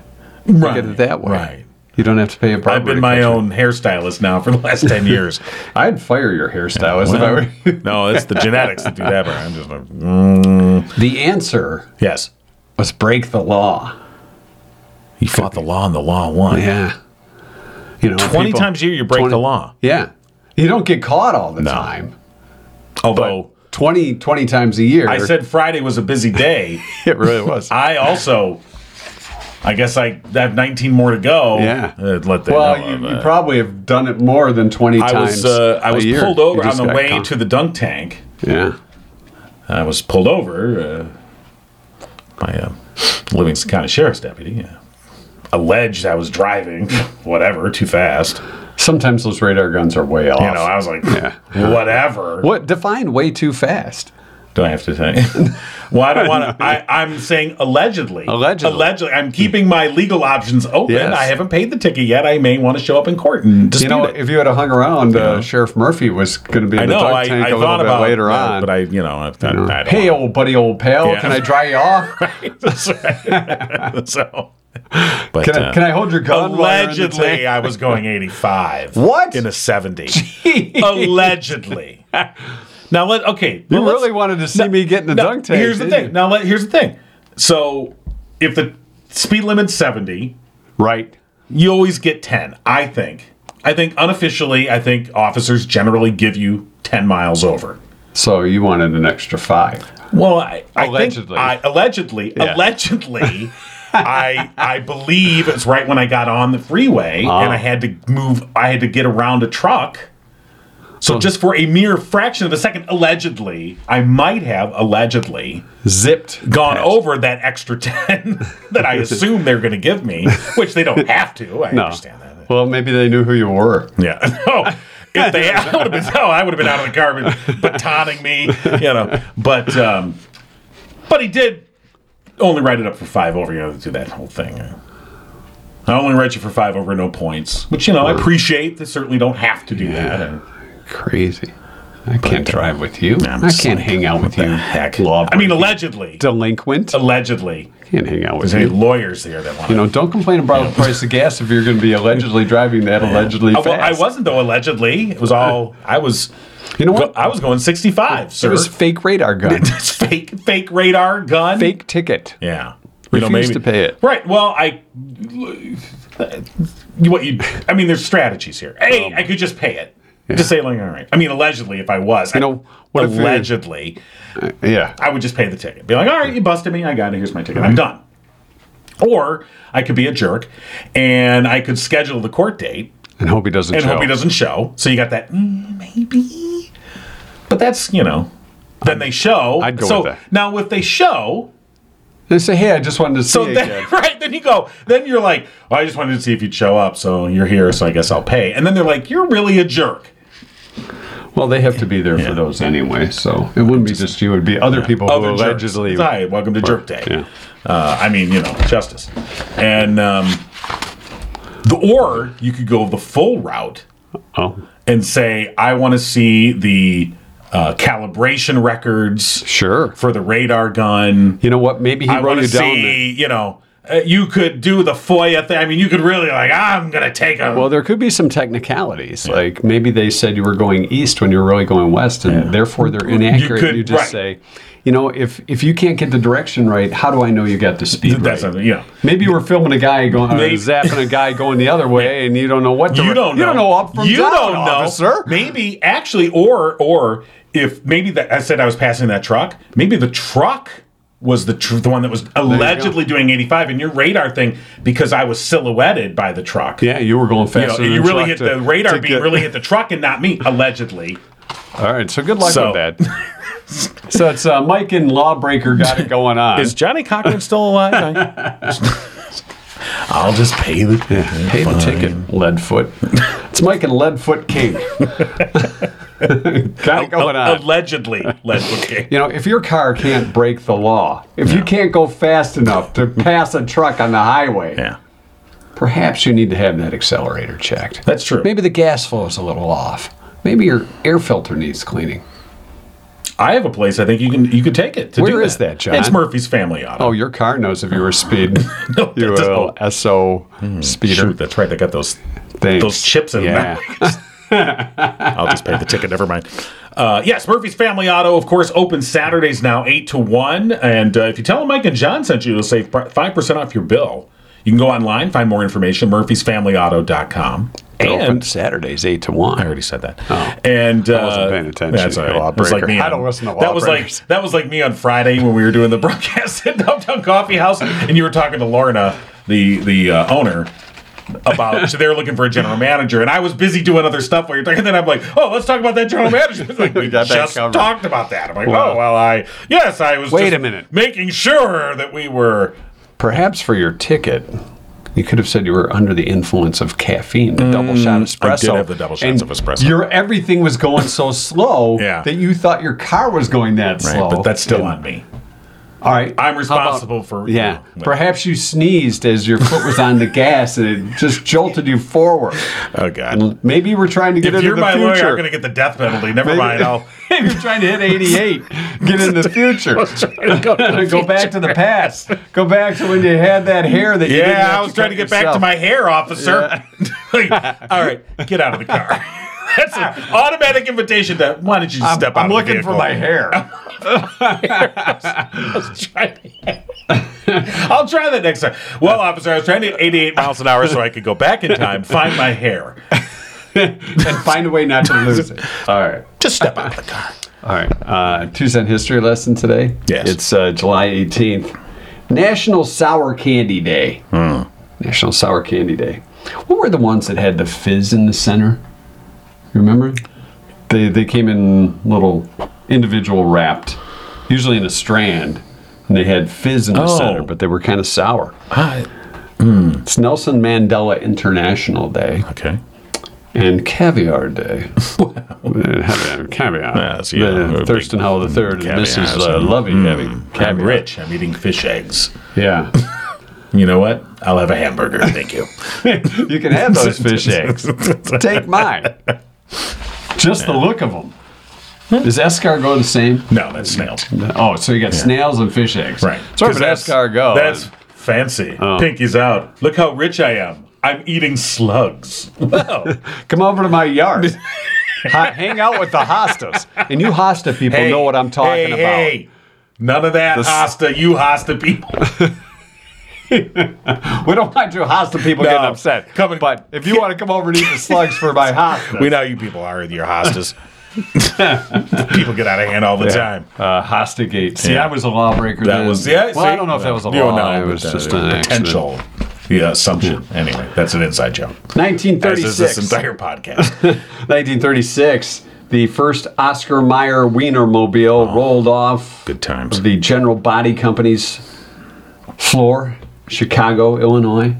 [SPEAKER 3] Right.
[SPEAKER 4] Look at it that way.
[SPEAKER 3] Right.
[SPEAKER 4] You don't have to pay a barber.
[SPEAKER 3] I've been
[SPEAKER 4] to
[SPEAKER 3] my
[SPEAKER 4] cut your-
[SPEAKER 3] own hairstylist now for the last ten years.
[SPEAKER 4] I'd fire your hairstylist if I
[SPEAKER 3] Well,
[SPEAKER 4] were.
[SPEAKER 3] no, it's the genetics that do that. But I'm just like,
[SPEAKER 4] the answer
[SPEAKER 3] yes.
[SPEAKER 4] was break the law.
[SPEAKER 3] He fought the law and the law won.
[SPEAKER 4] Yeah. You know,
[SPEAKER 3] 20
[SPEAKER 4] people-
[SPEAKER 3] times a year you break
[SPEAKER 4] 20
[SPEAKER 3] the law.
[SPEAKER 4] Yeah. You don't get caught all the time. Oh,
[SPEAKER 3] Although
[SPEAKER 4] 20, 20 times a year.
[SPEAKER 3] I said Friday was a busy day,
[SPEAKER 4] it really was.
[SPEAKER 3] I also, I guess I have 19 more to go.
[SPEAKER 4] Yeah.
[SPEAKER 3] Uh, let them
[SPEAKER 4] well,
[SPEAKER 3] know
[SPEAKER 4] you,
[SPEAKER 3] about
[SPEAKER 4] you
[SPEAKER 3] it.
[SPEAKER 4] probably have done it more than 20
[SPEAKER 3] I
[SPEAKER 4] times.
[SPEAKER 3] was uh, I
[SPEAKER 4] a
[SPEAKER 3] was
[SPEAKER 4] year.
[SPEAKER 3] pulled
[SPEAKER 4] You
[SPEAKER 3] over on
[SPEAKER 4] just
[SPEAKER 3] the
[SPEAKER 4] got
[SPEAKER 3] way
[SPEAKER 4] caught.
[SPEAKER 3] to the dunk tank.
[SPEAKER 4] Yeah.
[SPEAKER 3] I was pulled over uh, by a Livingston County Sheriff's deputy. Uh, alleged I was driving, whatever, too fast.
[SPEAKER 4] Sometimes those radar guns are way off.
[SPEAKER 3] You know, I was like,
[SPEAKER 4] Yeah.
[SPEAKER 3] whatever.
[SPEAKER 4] what? Define way too fast.
[SPEAKER 3] Do I have to say? well, I don't want to. I'm saying allegedly.
[SPEAKER 4] Allegedly.
[SPEAKER 3] Allegedly. I'm keeping my legal options open.
[SPEAKER 4] Yes.
[SPEAKER 3] I haven't paid the ticket yet. I may want to show up in court and dispute
[SPEAKER 4] you know,
[SPEAKER 3] it.
[SPEAKER 4] if you had hung around, uh, Sheriff Murphy was going to be in
[SPEAKER 3] I
[SPEAKER 4] the
[SPEAKER 3] know.
[SPEAKER 4] dunk
[SPEAKER 3] I,
[SPEAKER 4] tank
[SPEAKER 3] I
[SPEAKER 4] a little
[SPEAKER 3] thought
[SPEAKER 4] bit
[SPEAKER 3] about
[SPEAKER 4] later
[SPEAKER 3] that,
[SPEAKER 4] on.
[SPEAKER 3] but I, you know, I've done that.
[SPEAKER 4] hey, old buddy, old pal,
[SPEAKER 3] Yeah.
[SPEAKER 4] can I dry you off?
[SPEAKER 3] so, but
[SPEAKER 4] Can, I,
[SPEAKER 3] uh,
[SPEAKER 4] can I hold your gun? while you're in the
[SPEAKER 3] allegedly,
[SPEAKER 4] tank?
[SPEAKER 3] I was going 85.
[SPEAKER 4] What?
[SPEAKER 3] in a 70? allegedly. Now let okay.
[SPEAKER 4] You
[SPEAKER 3] well, let's-
[SPEAKER 4] really wanted to see me get in the
[SPEAKER 3] No,
[SPEAKER 4] dunk tank.
[SPEAKER 3] Here's the
[SPEAKER 4] didn't
[SPEAKER 3] thing.
[SPEAKER 4] you?
[SPEAKER 3] Now, let, here's the thing. So, if the speed limit's 70,
[SPEAKER 4] Right.
[SPEAKER 3] you always get 10, I think. I think unofficially, I think officers generally give you 10 miles over.
[SPEAKER 4] So you wanted an extra five.
[SPEAKER 3] Well, I, I
[SPEAKER 4] Allegedly.
[SPEAKER 3] think I, allegedly,
[SPEAKER 4] Yeah.
[SPEAKER 3] allegedly, I I believe it's right when I got on the freeway
[SPEAKER 4] Ah.
[SPEAKER 3] and I had to move. I had to get around a truck. So
[SPEAKER 4] Oh.
[SPEAKER 3] just for a mere fraction of a second, allegedly, I might have allegedly
[SPEAKER 4] Zipped.
[SPEAKER 3] gone over that extra 10 that I assume they're going to give me, which they don't have to. I
[SPEAKER 4] No.
[SPEAKER 3] understand that.
[SPEAKER 4] Well, maybe they knew who you were.
[SPEAKER 3] Yeah. No. If they, I would have been, no, I would have been out of the car, been batoning me, you know. But, um, but he did only write it up for five over, you know, do that whole thing. I only write you for five over, no points, which, you know, I appreciate. They certainly don't have to do that. And
[SPEAKER 4] Crazy. I can't drive with you.
[SPEAKER 3] I'm
[SPEAKER 4] I
[SPEAKER 3] just
[SPEAKER 4] can't
[SPEAKER 3] like,
[SPEAKER 4] hang out with
[SPEAKER 3] the
[SPEAKER 4] you.
[SPEAKER 3] heck.
[SPEAKER 4] Law
[SPEAKER 3] I mean, allegedly.
[SPEAKER 4] delinquent.
[SPEAKER 3] Allegedly.
[SPEAKER 4] Can't hang out with
[SPEAKER 3] There's any
[SPEAKER 4] you.
[SPEAKER 3] lawyers there that want
[SPEAKER 4] You know, don't complain about the price of gas if you're going to be allegedly driving that allegedly
[SPEAKER 3] I,
[SPEAKER 4] fast.
[SPEAKER 3] Oh, Uh, well, I wasn't though. Allegedly, it was all I was.
[SPEAKER 4] You know what?
[SPEAKER 3] I was going 65,
[SPEAKER 4] It
[SPEAKER 3] sir.
[SPEAKER 4] was fake radar gun.
[SPEAKER 3] It's fake, fake radar gun.
[SPEAKER 4] fake ticket.
[SPEAKER 3] Yeah.
[SPEAKER 4] Refuse to pay it.
[SPEAKER 3] Right. Well, I. You- What you? I mean, there's strategies here. Hey, I could just pay it. Just say like, all right. I mean, allegedly, if I was,
[SPEAKER 4] You know, what if you-
[SPEAKER 3] allegedly,
[SPEAKER 4] Yeah.
[SPEAKER 3] I would just pay the ticket. Be like, all right, you busted me. I got it. Here's my ticket. I'm done. Or I could be a jerk, and I could schedule the court date
[SPEAKER 4] And hope he doesn't
[SPEAKER 3] and
[SPEAKER 4] show.
[SPEAKER 3] hope he doesn't show. So you got that mm, maybe, but that's you know. Then they show.
[SPEAKER 4] I'd go
[SPEAKER 3] so
[SPEAKER 4] with that.
[SPEAKER 3] now if they show,
[SPEAKER 4] They say, hey, I just wanted to see
[SPEAKER 3] so
[SPEAKER 4] you
[SPEAKER 3] then
[SPEAKER 4] again.
[SPEAKER 3] right then you go. Then you're like, well, I just wanted to see if you'd show up. So you're here. So I guess I'll pay. And then they're like, you're really a jerk.
[SPEAKER 4] Well, they have to be there for
[SPEAKER 3] Yeah.
[SPEAKER 4] those anyway, so it wouldn't be just you. It would be other people
[SPEAKER 3] Other
[SPEAKER 4] who
[SPEAKER 3] jerks.
[SPEAKER 4] allegedly.
[SPEAKER 3] Hi, welcome to Jerk Day.
[SPEAKER 4] Yeah.
[SPEAKER 3] Uh, I mean, you know, justice, and um, The, or you could go the full route
[SPEAKER 4] Oh,
[SPEAKER 3] and say, I want to see the uh, calibration records
[SPEAKER 4] sure.
[SPEAKER 3] for the radar gun.
[SPEAKER 4] You know what? Maybe he
[SPEAKER 3] I
[SPEAKER 4] wrote
[SPEAKER 3] want
[SPEAKER 4] you
[SPEAKER 3] to
[SPEAKER 4] down. there.
[SPEAKER 3] see, you know, uh, you could do the FOIA thing. I mean, you could really like, I'm gonna take a.
[SPEAKER 4] Well, there could be some technicalities. Like maybe they said you were going east when you were really going west, and therefore they're inaccurate. You,
[SPEAKER 3] could-
[SPEAKER 4] just
[SPEAKER 3] right.
[SPEAKER 4] say, you know, if if you can't get the direction right, how do I know you got the speed
[SPEAKER 3] that's
[SPEAKER 4] right?
[SPEAKER 3] a, yeah.
[SPEAKER 4] Maybe you were filming a guy going, or
[SPEAKER 3] Maybe-
[SPEAKER 4] zapping a guy going the other way, and you don't know what the
[SPEAKER 3] You
[SPEAKER 4] re-
[SPEAKER 3] don't know.
[SPEAKER 4] you don't know up from
[SPEAKER 3] You
[SPEAKER 4] down,
[SPEAKER 3] don't know,
[SPEAKER 4] officer.
[SPEAKER 3] Maybe actually, or or if maybe that I said I was passing that truck. Maybe the truck was the tr- the one that was allegedly doing 85, and your radar thing because I was silhouetted by the truck.
[SPEAKER 4] Yeah, you were going
[SPEAKER 3] You, know,
[SPEAKER 4] faster.
[SPEAKER 3] you
[SPEAKER 4] than
[SPEAKER 3] really
[SPEAKER 4] truck
[SPEAKER 3] hit
[SPEAKER 4] to-
[SPEAKER 3] the radar
[SPEAKER 4] to
[SPEAKER 3] beam,
[SPEAKER 4] get-
[SPEAKER 3] really hit the truck, and not me, allegedly.
[SPEAKER 4] All right, so good luck
[SPEAKER 3] So-
[SPEAKER 4] with that. so it's uh, Mike and Lawbreaker got it going on.
[SPEAKER 3] Is Johnny Cochran still alive? I- I'll just pay the
[SPEAKER 4] Pay the ticket, Leadfoot. it's Mike and Leadfoot King. Got it going on.
[SPEAKER 3] Allegedly, Ledwood King.
[SPEAKER 4] You know, if your car can't break the law, if you can't go fast enough to pass a truck on the highway,
[SPEAKER 3] Yeah,
[SPEAKER 4] perhaps you need to have that accelerator checked.
[SPEAKER 3] that's true.
[SPEAKER 4] Maybe the gas flow is a little off. Maybe your air filter needs cleaning.
[SPEAKER 3] I have a place. I think you can you could take it. To
[SPEAKER 4] Where
[SPEAKER 3] do
[SPEAKER 4] is that, John?
[SPEAKER 3] It's Murphy's Family Auto.
[SPEAKER 4] Oh, your car knows if you were speed.
[SPEAKER 3] No,
[SPEAKER 4] you
[SPEAKER 3] that doesn't- Hmm,
[SPEAKER 4] will SO speeder.
[SPEAKER 3] Shoot, that's right. They got those
[SPEAKER 4] Thanks.
[SPEAKER 3] those chips in
[SPEAKER 4] yeah.
[SPEAKER 3] them. I'll just pay the ticket. Never mind. Uh, yes, Murphy's Family Auto, of course, open Saturdays now, eight to one. And uh, if you tell them Mike and John sent you, you'll save five percent off your bill. You can go online, find more information, murphysfamilyauto.com.
[SPEAKER 4] They're open
[SPEAKER 3] And
[SPEAKER 4] Saturdays eight to one.
[SPEAKER 3] I already said that. And uh, I
[SPEAKER 4] Oh. wasn't paying attention
[SPEAKER 3] That's
[SPEAKER 4] to
[SPEAKER 3] all right.
[SPEAKER 4] Lawbreaker.
[SPEAKER 3] It was like me
[SPEAKER 4] I
[SPEAKER 3] on-
[SPEAKER 4] don't listen to
[SPEAKER 3] That was like
[SPEAKER 4] Lawbreakers.
[SPEAKER 3] that was like me on Friday when we were doing the broadcast at Downtown Coffee House, and you were talking to Lorna, the the uh, owner. About so they were looking for a general manager, and I was busy doing other stuff while you're talking. Then I'm like, oh, let's talk about that general manager. It's like, we
[SPEAKER 4] We got that
[SPEAKER 3] just
[SPEAKER 4] covered.
[SPEAKER 3] talked about that. I'm like,
[SPEAKER 4] Wow.
[SPEAKER 3] oh well, I yes, I was.
[SPEAKER 4] Wait
[SPEAKER 3] just
[SPEAKER 4] a minute.
[SPEAKER 3] making sure that we were.
[SPEAKER 4] Perhaps for your ticket, you could have said you were under the influence of caffeine, the double shot espresso.
[SPEAKER 3] Mm, have the double shots
[SPEAKER 4] and
[SPEAKER 3] of espresso.
[SPEAKER 4] Your everything was going so slow
[SPEAKER 3] Yeah.
[SPEAKER 4] that you thought your car was going that
[SPEAKER 3] Right,
[SPEAKER 4] slow.
[SPEAKER 3] but that's still
[SPEAKER 4] And-
[SPEAKER 3] on me.
[SPEAKER 4] All right.
[SPEAKER 3] I'm
[SPEAKER 4] How about-
[SPEAKER 3] responsible for.
[SPEAKER 4] yeah.
[SPEAKER 3] Well,
[SPEAKER 4] Perhaps you sneezed as your foot was on the gas and it just jolted you forward.
[SPEAKER 3] Oh God.
[SPEAKER 4] Maybe you were trying to get
[SPEAKER 3] If
[SPEAKER 4] into
[SPEAKER 3] you're
[SPEAKER 4] the
[SPEAKER 3] my
[SPEAKER 4] future.
[SPEAKER 3] lawyer, I'm going to get the death penalty. Never
[SPEAKER 4] Maybe-
[SPEAKER 3] mind. I'll.
[SPEAKER 4] Maybe you're trying to hit 88, get in the future. go back to the past. Go back to when you had that hair that you didn't
[SPEAKER 3] Yeah,
[SPEAKER 4] have
[SPEAKER 3] I was
[SPEAKER 4] cut
[SPEAKER 3] trying to get back
[SPEAKER 4] yourself.
[SPEAKER 3] to my hair, officer. Like, all right, get out of the car. That's an automatic invitation to why don't you just
[SPEAKER 4] I'm,
[SPEAKER 3] step out
[SPEAKER 4] I'm
[SPEAKER 3] of the
[SPEAKER 4] looking for
[SPEAKER 3] vehicle?
[SPEAKER 4] my hair.
[SPEAKER 3] I'll try that next time. Well, officer, I was trying to get 88 miles an hour so I could go back in time, find my hair.
[SPEAKER 4] and find a way not to lose it. All right.
[SPEAKER 3] Just step out of the car.
[SPEAKER 4] All right. Uh, two cent history lesson today.
[SPEAKER 3] Yes.
[SPEAKER 4] It's uh, July 18th. National Sour Candy Day.
[SPEAKER 3] Hmm.
[SPEAKER 4] National Sour Candy Day. What were the ones that had the fizz in the center? You Remember? They, they came in little individual wrapped, usually in a strand, and they had fizz in the
[SPEAKER 3] Oh.
[SPEAKER 4] center, but they were kind of sour.
[SPEAKER 3] Ah,
[SPEAKER 4] It's Nelson Mandela International Day
[SPEAKER 3] okay.
[SPEAKER 4] and Caviar Day. Uh, have- caviar.
[SPEAKER 3] Yes, yeah.
[SPEAKER 4] The
[SPEAKER 3] Big
[SPEAKER 4] Thurston Howell III and
[SPEAKER 3] caviar, mm,
[SPEAKER 4] Mrs.
[SPEAKER 3] so-
[SPEAKER 4] Uh, Lovey having
[SPEAKER 3] I'm
[SPEAKER 4] caviar.
[SPEAKER 3] rich. I'm eating fish eggs.
[SPEAKER 4] Yeah.
[SPEAKER 3] You know what? I'll have a hamburger. Thank you.
[SPEAKER 4] you can have those fish eggs. Take mine. Just the look of them. Is escargot the same?
[SPEAKER 3] No, that's snails.
[SPEAKER 4] Oh, so you got snails and fish eggs.
[SPEAKER 3] Right.
[SPEAKER 4] Sorry,
[SPEAKER 3] 'Cause
[SPEAKER 4] but escargot.
[SPEAKER 3] That's fancy.
[SPEAKER 4] Oh.
[SPEAKER 3] Pinky's out. Look how rich I am. I'm eating slugs. Wow.
[SPEAKER 4] Come over to my yard. Ha- hang out with the hostas. And you hosta people know what I'm talking
[SPEAKER 3] hey,
[SPEAKER 4] about.
[SPEAKER 3] Hey. None of that
[SPEAKER 4] s-
[SPEAKER 3] hosta, you hosta people.
[SPEAKER 4] We don't want your hosta people
[SPEAKER 3] No.
[SPEAKER 4] getting upset.
[SPEAKER 3] Come and-
[SPEAKER 4] but if you want to come over and eat the slugs for my hosta,
[SPEAKER 3] we know you people are with your hostas. people get out of hand all the time.
[SPEAKER 4] Uh, hostigate. See,
[SPEAKER 3] Yeah.
[SPEAKER 4] I was a lawbreaker.
[SPEAKER 3] That
[SPEAKER 4] then.
[SPEAKER 3] was yeah.
[SPEAKER 4] Well, I don't know if that was a
[SPEAKER 3] you don't
[SPEAKER 4] law.
[SPEAKER 3] know,
[SPEAKER 4] it was
[SPEAKER 3] but, uh,
[SPEAKER 4] just an accident.
[SPEAKER 3] potential. Yeah, assumption. Anyway, that's an inside joke. As is this
[SPEAKER 4] 1936.
[SPEAKER 3] entire podcast.
[SPEAKER 4] 1936. The first Oscar Mayer Wienermobile rolled
[SPEAKER 3] Oh.
[SPEAKER 4] off
[SPEAKER 3] Good times.
[SPEAKER 4] the General Body Company's floor, Chicago, Illinois.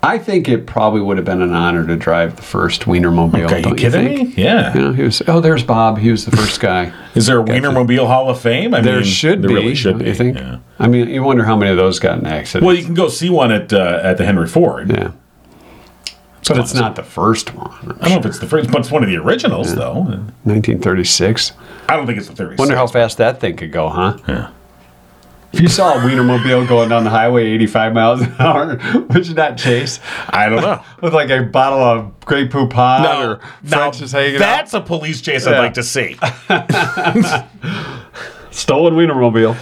[SPEAKER 4] I think it probably would have been an honor to drive the first Wienermobile.
[SPEAKER 3] Okay, you
[SPEAKER 4] don't
[SPEAKER 3] kidding
[SPEAKER 4] think?
[SPEAKER 3] me? Yeah.
[SPEAKER 4] You know, he was. Oh, there's Bob. He was the first guy.
[SPEAKER 3] Is there a Wienermobile Hall of Fame? I
[SPEAKER 4] there should
[SPEAKER 3] there
[SPEAKER 4] be.
[SPEAKER 3] really should
[SPEAKER 4] don't
[SPEAKER 3] be.
[SPEAKER 4] You think?
[SPEAKER 3] yeah.
[SPEAKER 4] I mean, you wonder how many of those got in accidents.
[SPEAKER 3] Well, you can go see one at uh, at the Henry Ford.
[SPEAKER 4] yeah. But it's
[SPEAKER 3] classic.
[SPEAKER 4] not the first one. I'm
[SPEAKER 3] I don't know
[SPEAKER 4] sure.
[SPEAKER 3] if it's the first, but it's one of the originals, though.
[SPEAKER 4] 1936.
[SPEAKER 3] I don't think it's the 36.
[SPEAKER 4] Wonder how fast that thing could go, huh? Yeah. If you saw a Wienermobile going down the highway 85 miles an hour, would you not chase?
[SPEAKER 3] I don't know.
[SPEAKER 4] With like a bottle of Grey Poupon or
[SPEAKER 3] now
[SPEAKER 4] French's hanging out.
[SPEAKER 3] that's a police chase I'd
[SPEAKER 4] Yeah.
[SPEAKER 3] like to see.
[SPEAKER 4] Stolen Wienermobile.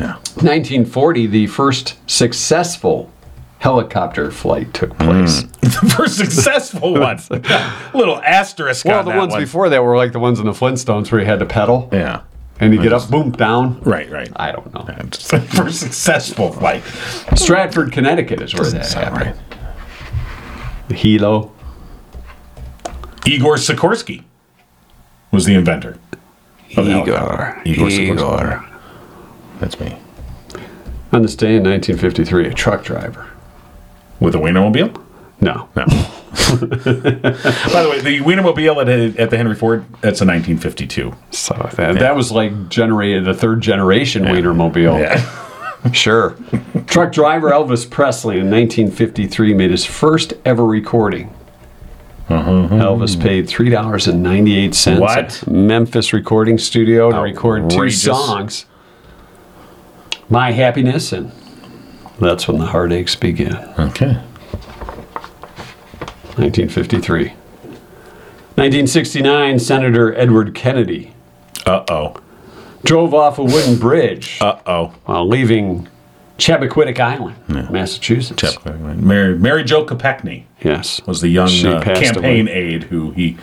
[SPEAKER 3] Yeah.
[SPEAKER 4] 1940, the first successful helicopter flight took place.
[SPEAKER 3] the first successful one. Little asterisk
[SPEAKER 4] Well,
[SPEAKER 3] on
[SPEAKER 4] the
[SPEAKER 3] that
[SPEAKER 4] ones
[SPEAKER 3] one.
[SPEAKER 4] before that were like the ones in the Flintstones where you had to pedal
[SPEAKER 3] Yeah.
[SPEAKER 4] and you get up, boom, down.
[SPEAKER 3] Right, right.
[SPEAKER 4] I don't know.
[SPEAKER 3] Just the first successful flight.
[SPEAKER 4] Stratford, Connecticut is where that
[SPEAKER 3] Sound
[SPEAKER 4] happened. Hilo.
[SPEAKER 3] Igor Sikorsky was the inventor. of Oh, the helicopter. Igor. Sikorsky. That's me.
[SPEAKER 4] On this day in 1953, a truck driver.
[SPEAKER 3] With a Wienermobile?
[SPEAKER 4] No.
[SPEAKER 3] No. By the way, the Wienermobile at, at the Henry Ford, that's a 1952.
[SPEAKER 4] So that, that was like generated the third generation Wienermobile.
[SPEAKER 3] Yeah.
[SPEAKER 4] Sure. truck driver Elvis Presley in 1953 made his first ever recording. Elvis paid three dollars and ninety eight cents
[SPEAKER 3] Mm-hmm. What?
[SPEAKER 4] at Memphis Recording Studio to record two
[SPEAKER 3] Outrageous.
[SPEAKER 4] songs. My happiness and that's when the heartaches begin.
[SPEAKER 3] Okay.
[SPEAKER 4] 1953. 1969, Senator Edward Kennedy
[SPEAKER 3] Uh oh.
[SPEAKER 4] drove off a wooden bridge
[SPEAKER 3] Uh oh.
[SPEAKER 4] while leaving Chappaquiddick Island, Massachusetts.
[SPEAKER 3] Mary, Mary Jo Kopechne
[SPEAKER 4] Yes.
[SPEAKER 3] was the young
[SPEAKER 4] She
[SPEAKER 3] uh,
[SPEAKER 4] passed
[SPEAKER 3] campaign
[SPEAKER 4] away.
[SPEAKER 3] aide who he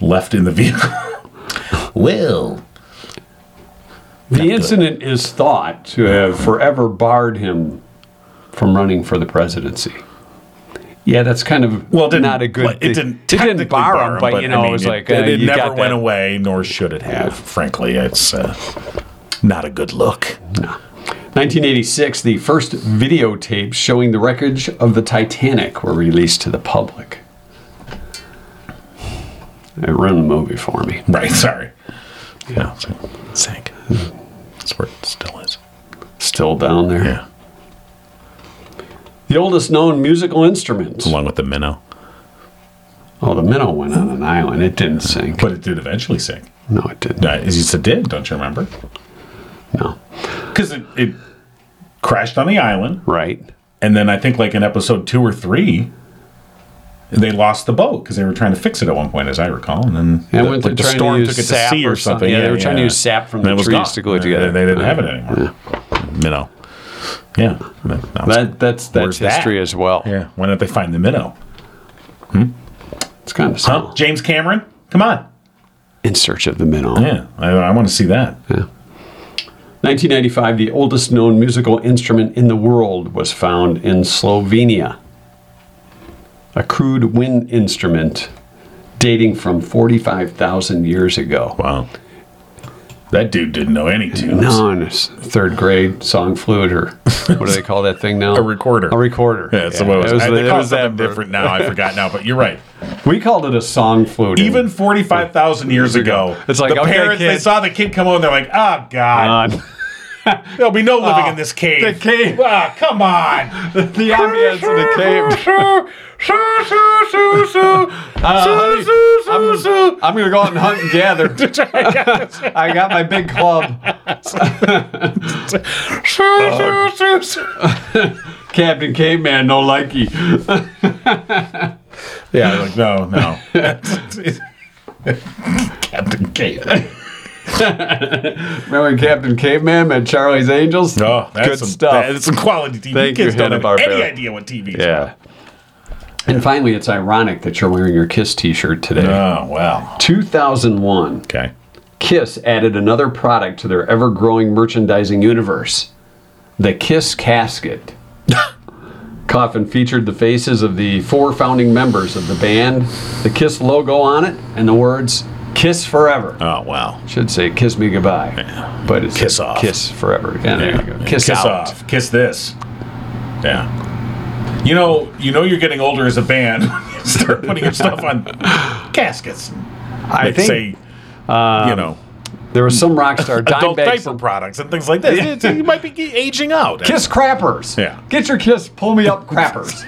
[SPEAKER 3] left in the vehicle. well,
[SPEAKER 4] The incident is thought to have forever barred him from running for the presidency. Yeah, that's kind of
[SPEAKER 3] well, it didn't,
[SPEAKER 4] not a good.
[SPEAKER 3] It
[SPEAKER 4] thing.
[SPEAKER 3] didn't.
[SPEAKER 4] It
[SPEAKER 3] technically
[SPEAKER 4] didn't bar, him, but, you know,
[SPEAKER 3] I
[SPEAKER 4] it was
[SPEAKER 3] mean,
[SPEAKER 4] like
[SPEAKER 3] it,
[SPEAKER 4] uh,
[SPEAKER 3] it
[SPEAKER 4] you
[SPEAKER 3] never
[SPEAKER 4] got
[SPEAKER 3] went
[SPEAKER 4] that.
[SPEAKER 3] away, nor should it have. Frankly, it's uh, not a good look.
[SPEAKER 4] 1986, the first videotapes showing the wreckage of the Titanic were released to the public. It ruined the movie for me.
[SPEAKER 3] Right. Sorry. Yeah. it's- Sank. That's where it still is.
[SPEAKER 4] Still down there.
[SPEAKER 3] Yeah.
[SPEAKER 4] The oldest known musical instruments.
[SPEAKER 3] Along with the minnow,
[SPEAKER 4] Oh, the minnow went on an island. It didn't sink.
[SPEAKER 3] but it did eventually sink.
[SPEAKER 4] No, it didn't.
[SPEAKER 3] Uh, It just did. Don't you remember?
[SPEAKER 4] No.
[SPEAKER 3] Because it, it crashed on the island.
[SPEAKER 4] Right.
[SPEAKER 3] And then I think like in episode two or three, they lost the boat because they were trying to fix it at one point, as I recall. And then
[SPEAKER 4] Yeah,
[SPEAKER 3] the,
[SPEAKER 4] when
[SPEAKER 3] like,
[SPEAKER 4] they're trying to use sap or something. Yeah, they were trying to use sap from
[SPEAKER 3] And
[SPEAKER 4] the
[SPEAKER 3] it was
[SPEAKER 4] trees
[SPEAKER 3] gone.
[SPEAKER 4] to glue it
[SPEAKER 3] They-
[SPEAKER 4] together.
[SPEAKER 3] They, didn't have it anymore. Minnow. Yeah. That, that was-
[SPEAKER 4] That that's that's
[SPEAKER 3] Where's that?
[SPEAKER 4] history as well.
[SPEAKER 3] yeah. Why don't they find the minnow?
[SPEAKER 4] It's kind of
[SPEAKER 3] Huh?
[SPEAKER 4] small.
[SPEAKER 3] James Cameron? Come on.
[SPEAKER 4] In search of the minnow.
[SPEAKER 3] Yeah. I, I want to see that.
[SPEAKER 4] 1995, the oldest known musical instrument in the world was found in Slovenia. A crude wind instrument dating from 45,000 years ago.
[SPEAKER 3] Wow. That dude didn't know any tunes.
[SPEAKER 4] No, in his third grade song flute or what do they call that thing now?
[SPEAKER 3] A recorder.
[SPEAKER 4] A recorder.
[SPEAKER 3] Yeah, that's what it was. I,
[SPEAKER 4] the-
[SPEAKER 3] they
[SPEAKER 4] it
[SPEAKER 3] call
[SPEAKER 4] was
[SPEAKER 3] something
[SPEAKER 4] that-
[SPEAKER 3] different now. I forgot now, but you're right.
[SPEAKER 4] We called it a song flute.
[SPEAKER 3] even 45,000 years ago,
[SPEAKER 4] It's like,
[SPEAKER 3] the
[SPEAKER 4] okay,
[SPEAKER 3] parents, they
[SPEAKER 4] kid.
[SPEAKER 3] saw the kid come home, they're like, oh, God,
[SPEAKER 4] on
[SPEAKER 3] there'll be no living in this cave.
[SPEAKER 4] Uh, oh, the cave.
[SPEAKER 3] Ah, come on.
[SPEAKER 4] the ambience of the cave. honey,
[SPEAKER 3] I'm,
[SPEAKER 4] I'm gonna go out and hunt and gather. I got my big club. Oh. Captain Caveman, no likey.
[SPEAKER 3] yeah, like, no, no. Captain Kate.
[SPEAKER 4] Remember when Captain Caveman met Charlie's Angels?
[SPEAKER 3] Oh, that's
[SPEAKER 4] good
[SPEAKER 3] some,
[SPEAKER 4] stuff.
[SPEAKER 3] That's some quality TV.
[SPEAKER 4] Thank
[SPEAKER 3] Kids
[SPEAKER 4] you,
[SPEAKER 3] don't have any
[SPEAKER 4] Hanna-Barbera.
[SPEAKER 3] idea what TV is.
[SPEAKER 4] yeah. And finally, it's ironic that you're wearing your Kiss T-shirt today.
[SPEAKER 3] Oh, wow.
[SPEAKER 4] 2001,
[SPEAKER 3] Okay.
[SPEAKER 4] Kiss added another product to their ever-growing merchandising universe: the Kiss casket. Coffin featured the faces of the four founding members of the band, the Kiss logo on it, and the words "Kiss Forever."
[SPEAKER 3] Oh, wow.
[SPEAKER 4] Should say "Kiss Me Goodbye," but it's
[SPEAKER 3] Kiss off.
[SPEAKER 4] Kiss Forever. Yeah, there you go. Kiss, out.
[SPEAKER 3] off. Kiss this. Yeah. You know, you know, you're getting older as a band. Start putting your stuff on caskets.
[SPEAKER 4] I
[SPEAKER 3] Like,
[SPEAKER 4] think
[SPEAKER 3] say, you know,
[SPEAKER 4] there was some rock star
[SPEAKER 3] adult
[SPEAKER 4] Dimebag-
[SPEAKER 3] diaper products and things like that. It's- You might be ge- aging out.
[SPEAKER 4] Kiss crappers.
[SPEAKER 3] Yeah.
[SPEAKER 4] Get your kiss, pull me up crappers.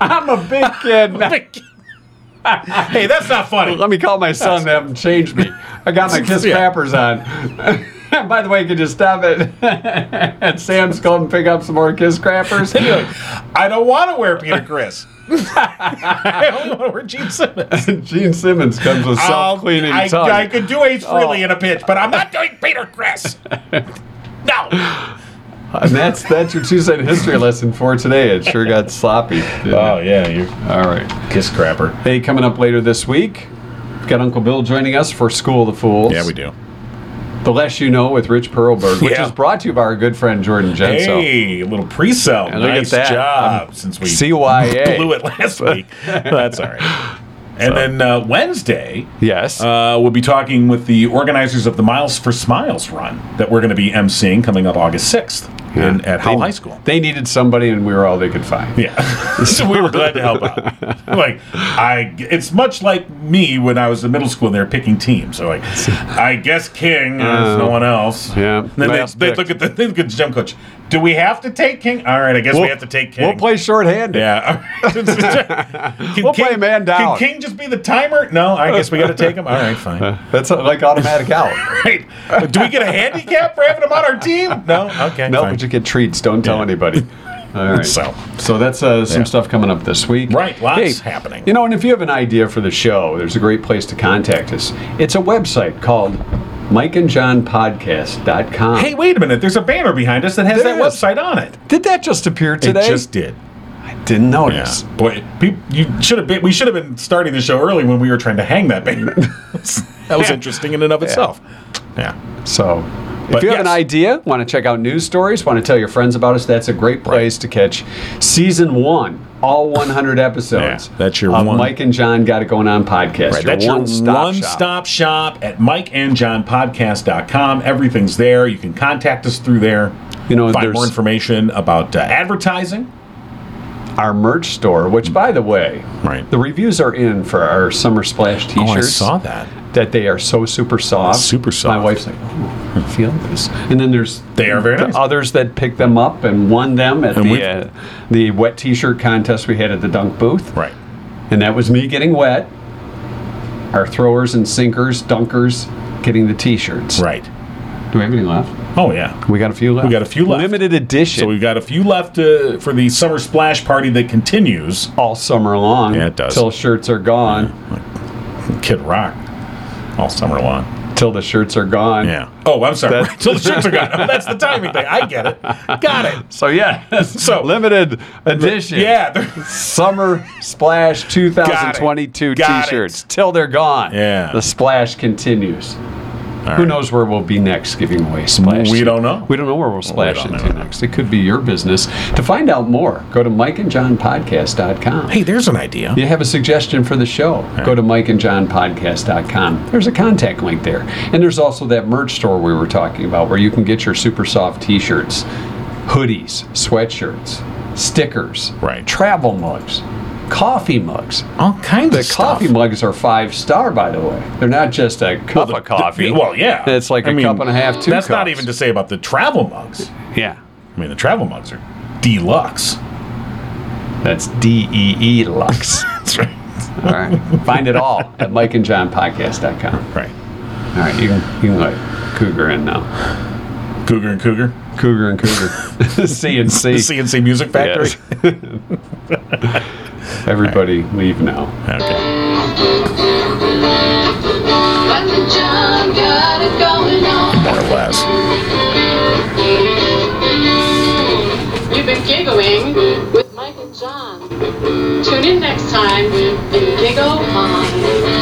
[SPEAKER 4] I'm a big kid now.
[SPEAKER 3] hey, that's not funny.
[SPEAKER 4] Let me call my son and have him change me. I got my kiss
[SPEAKER 3] Yeah.
[SPEAKER 4] crappers on. By the way, you can just stop it at Sam's Club and pick up some more kiss crappers.
[SPEAKER 3] I don't want to wear Peter Chris. I only want to wear Gene Simmons.
[SPEAKER 4] Gene Simmons comes with
[SPEAKER 3] I'll-
[SPEAKER 4] self-cleaning
[SPEAKER 3] I,
[SPEAKER 4] tongue.
[SPEAKER 3] I could do Ace Frehley
[SPEAKER 4] Oh.
[SPEAKER 3] in a pinch, but I'm not doing Peter Chris. No.
[SPEAKER 4] and that's that's your Tuesday in history lesson for today. It sure got sloppy. didn't it?
[SPEAKER 3] Oh, yeah, you
[SPEAKER 4] All right.
[SPEAKER 3] kiss crapper.
[SPEAKER 4] Hey, coming up later this week, we've got Uncle Bill joining us for School of the Fools.
[SPEAKER 3] Yeah, we do.
[SPEAKER 4] The Less You Know with Rich Perlberg, which
[SPEAKER 3] Yeah.
[SPEAKER 4] is brought to you by our good friend Jordan Genso.
[SPEAKER 3] Hey, a little pre-sell.
[SPEAKER 4] And look at
[SPEAKER 3] nice
[SPEAKER 4] that.
[SPEAKER 3] job
[SPEAKER 4] Um,
[SPEAKER 3] since we
[SPEAKER 4] CYA.
[SPEAKER 3] blew it last week. That's all right. And then uh, Wednesday,
[SPEAKER 4] Yes.
[SPEAKER 3] uh, we'll be talking with the organizers of the Miles for Smiles run that we're going to be emceeing coming up August 6th in, at Howell
[SPEAKER 4] They-
[SPEAKER 3] High School.
[SPEAKER 4] They needed somebody, and we were all they could find.
[SPEAKER 3] Yeah. so we were glad to help out. Like I it's much like me when I was in middle school and they were picking teams. So like I guess King there's no one else.
[SPEAKER 4] Oh. yeah.
[SPEAKER 3] And then they,
[SPEAKER 4] Last
[SPEAKER 3] they
[SPEAKER 4] pick.
[SPEAKER 3] look at the they look at the gym coach. Do we have to take King? All right, I guess we have to take King.
[SPEAKER 4] We'll play shorthanded.
[SPEAKER 3] Yeah. Can
[SPEAKER 4] We'll play man down.
[SPEAKER 3] Can King just be the timer? No, I guess we got to take him. All right, fine.
[SPEAKER 4] That's like automatic out.
[SPEAKER 3] Right. Do we get a handicap for having him on our team? No. Okay.
[SPEAKER 4] no,
[SPEAKER 3] fine.
[SPEAKER 4] but you get treats. Don't tell
[SPEAKER 3] Yeah.
[SPEAKER 4] anybody. All right.
[SPEAKER 3] So.
[SPEAKER 4] so that's uh, some
[SPEAKER 3] Yeah.
[SPEAKER 4] stuff coming up this week.
[SPEAKER 3] Right, lots happening.
[SPEAKER 4] You know, and if you have an idea for the show, there's a great place to contact us. It's a website called mikeandjohnpodcast.com.
[SPEAKER 3] Hey, wait a minute. There's a banner behind us that has
[SPEAKER 4] There
[SPEAKER 3] that
[SPEAKER 4] is.
[SPEAKER 3] website on it.
[SPEAKER 4] did that just appear today?
[SPEAKER 3] It just did.
[SPEAKER 4] didn't
[SPEAKER 3] Yeah,
[SPEAKER 4] notice.
[SPEAKER 3] boy, peop you should have been. We should have been starting the show early when we were trying to hang that banner. that was
[SPEAKER 4] Yeah.
[SPEAKER 3] interesting in and of itself. Yeah,
[SPEAKER 4] So, if
[SPEAKER 3] But
[SPEAKER 4] you have an
[SPEAKER 3] yes.
[SPEAKER 4] idea, want to check out news stories, want to tell your friends about us, that's a great place to catch season one, all 100 episodes.
[SPEAKER 3] Yeah, that's your
[SPEAKER 4] of
[SPEAKER 3] one-
[SPEAKER 4] Mike and John got it going on podcast.
[SPEAKER 3] right. That's your one-stop shop. at mikeandjohnpodcast.com. Everything's there. You can contact us through there.
[SPEAKER 4] You know,
[SPEAKER 3] find
[SPEAKER 4] Oh, there's-
[SPEAKER 3] more information about uh, advertising.
[SPEAKER 4] Our merch store, which by the way,
[SPEAKER 3] Right. Oh,
[SPEAKER 4] the reviews are in for our Summer Splash t-shirts.
[SPEAKER 3] that.
[SPEAKER 4] Oh, That they are so super soft.
[SPEAKER 3] Super soft.
[SPEAKER 4] My wife's like, oh, I feel this. And then there's
[SPEAKER 3] They are very
[SPEAKER 4] the
[SPEAKER 3] nice.
[SPEAKER 4] others that picked them up and won them at
[SPEAKER 3] And
[SPEAKER 4] the,
[SPEAKER 3] we've-
[SPEAKER 4] uh, the wet t-shirt contest we had at the dunk booth.
[SPEAKER 3] Right.
[SPEAKER 4] And that was me getting wet, our throwers and sinkers, dunkers getting the t shirts.
[SPEAKER 3] Right.
[SPEAKER 4] Do we have any left?
[SPEAKER 3] Oh yeah.
[SPEAKER 4] We got a few left.
[SPEAKER 3] We got a few left.
[SPEAKER 4] Limited edition
[SPEAKER 3] So we've got a few left uh, for the summer splash party that continues.
[SPEAKER 4] all summer long.
[SPEAKER 3] Yeah, it does.
[SPEAKER 4] Till shirts are gone.
[SPEAKER 3] Kid Rock all summer long.
[SPEAKER 4] Till the shirts are gone.
[SPEAKER 3] Yeah. Oh, I'm sorry.
[SPEAKER 4] That's-
[SPEAKER 3] Until the shirts are gone. That's the timing thing. I get it. Got it.
[SPEAKER 4] So, yeah.
[SPEAKER 3] So-
[SPEAKER 4] limited edition.
[SPEAKER 3] Yeah. there-
[SPEAKER 4] Summer Splash 2022
[SPEAKER 3] Got it.
[SPEAKER 4] t shirts. Till they're gone.
[SPEAKER 3] Yeah.
[SPEAKER 4] The splash continues. Who
[SPEAKER 3] right.
[SPEAKER 4] knows where we'll be next giving away splash?
[SPEAKER 3] We don't know.
[SPEAKER 4] We don't know where we'll splash
[SPEAKER 3] don't
[SPEAKER 4] into
[SPEAKER 3] know.
[SPEAKER 4] next. It could be your business. To find out more, go to mikeandjohnpodcast.com.
[SPEAKER 3] Hey, there's an idea.
[SPEAKER 4] You have a suggestion for the show, go to mikeandjohnpodcast.com. There's a contact link there. And there's also that merch store we were talking about where you can get your super soft t shirts, hoodies, sweatshirts, stickers,
[SPEAKER 3] Right.
[SPEAKER 4] travel mugs, coffee mugs.
[SPEAKER 3] All kinds
[SPEAKER 4] The coffee mugs are five star, by the way. They're not just a cup
[SPEAKER 3] the-
[SPEAKER 4] of coffee.
[SPEAKER 3] the- well, yeah.
[SPEAKER 4] It's like
[SPEAKER 3] I
[SPEAKER 4] a
[SPEAKER 3] mean,
[SPEAKER 4] cup and a half, two
[SPEAKER 3] That's not
[SPEAKER 4] cups.
[SPEAKER 3] even to say about the travel mugs.
[SPEAKER 4] Yeah.
[SPEAKER 3] I mean, the travel mugs are deluxe.
[SPEAKER 4] That's D E E Lux.
[SPEAKER 3] That's right.
[SPEAKER 4] All right. Find it all at mikeandjohnpodcast.com.
[SPEAKER 3] Right.
[SPEAKER 4] All right. You can, you can let Cougar in now.
[SPEAKER 3] Cougar and Cougar.
[SPEAKER 4] Cougar and Cougar. C and
[SPEAKER 3] The
[SPEAKER 4] C.
[SPEAKER 3] CNC Music Factory.
[SPEAKER 4] Yes. Everybody leave now.
[SPEAKER 3] Okay.
[SPEAKER 1] Michael John got it going on.
[SPEAKER 3] More or less.
[SPEAKER 2] You've been giggling with Mike and John. Tune in next time and giggle on.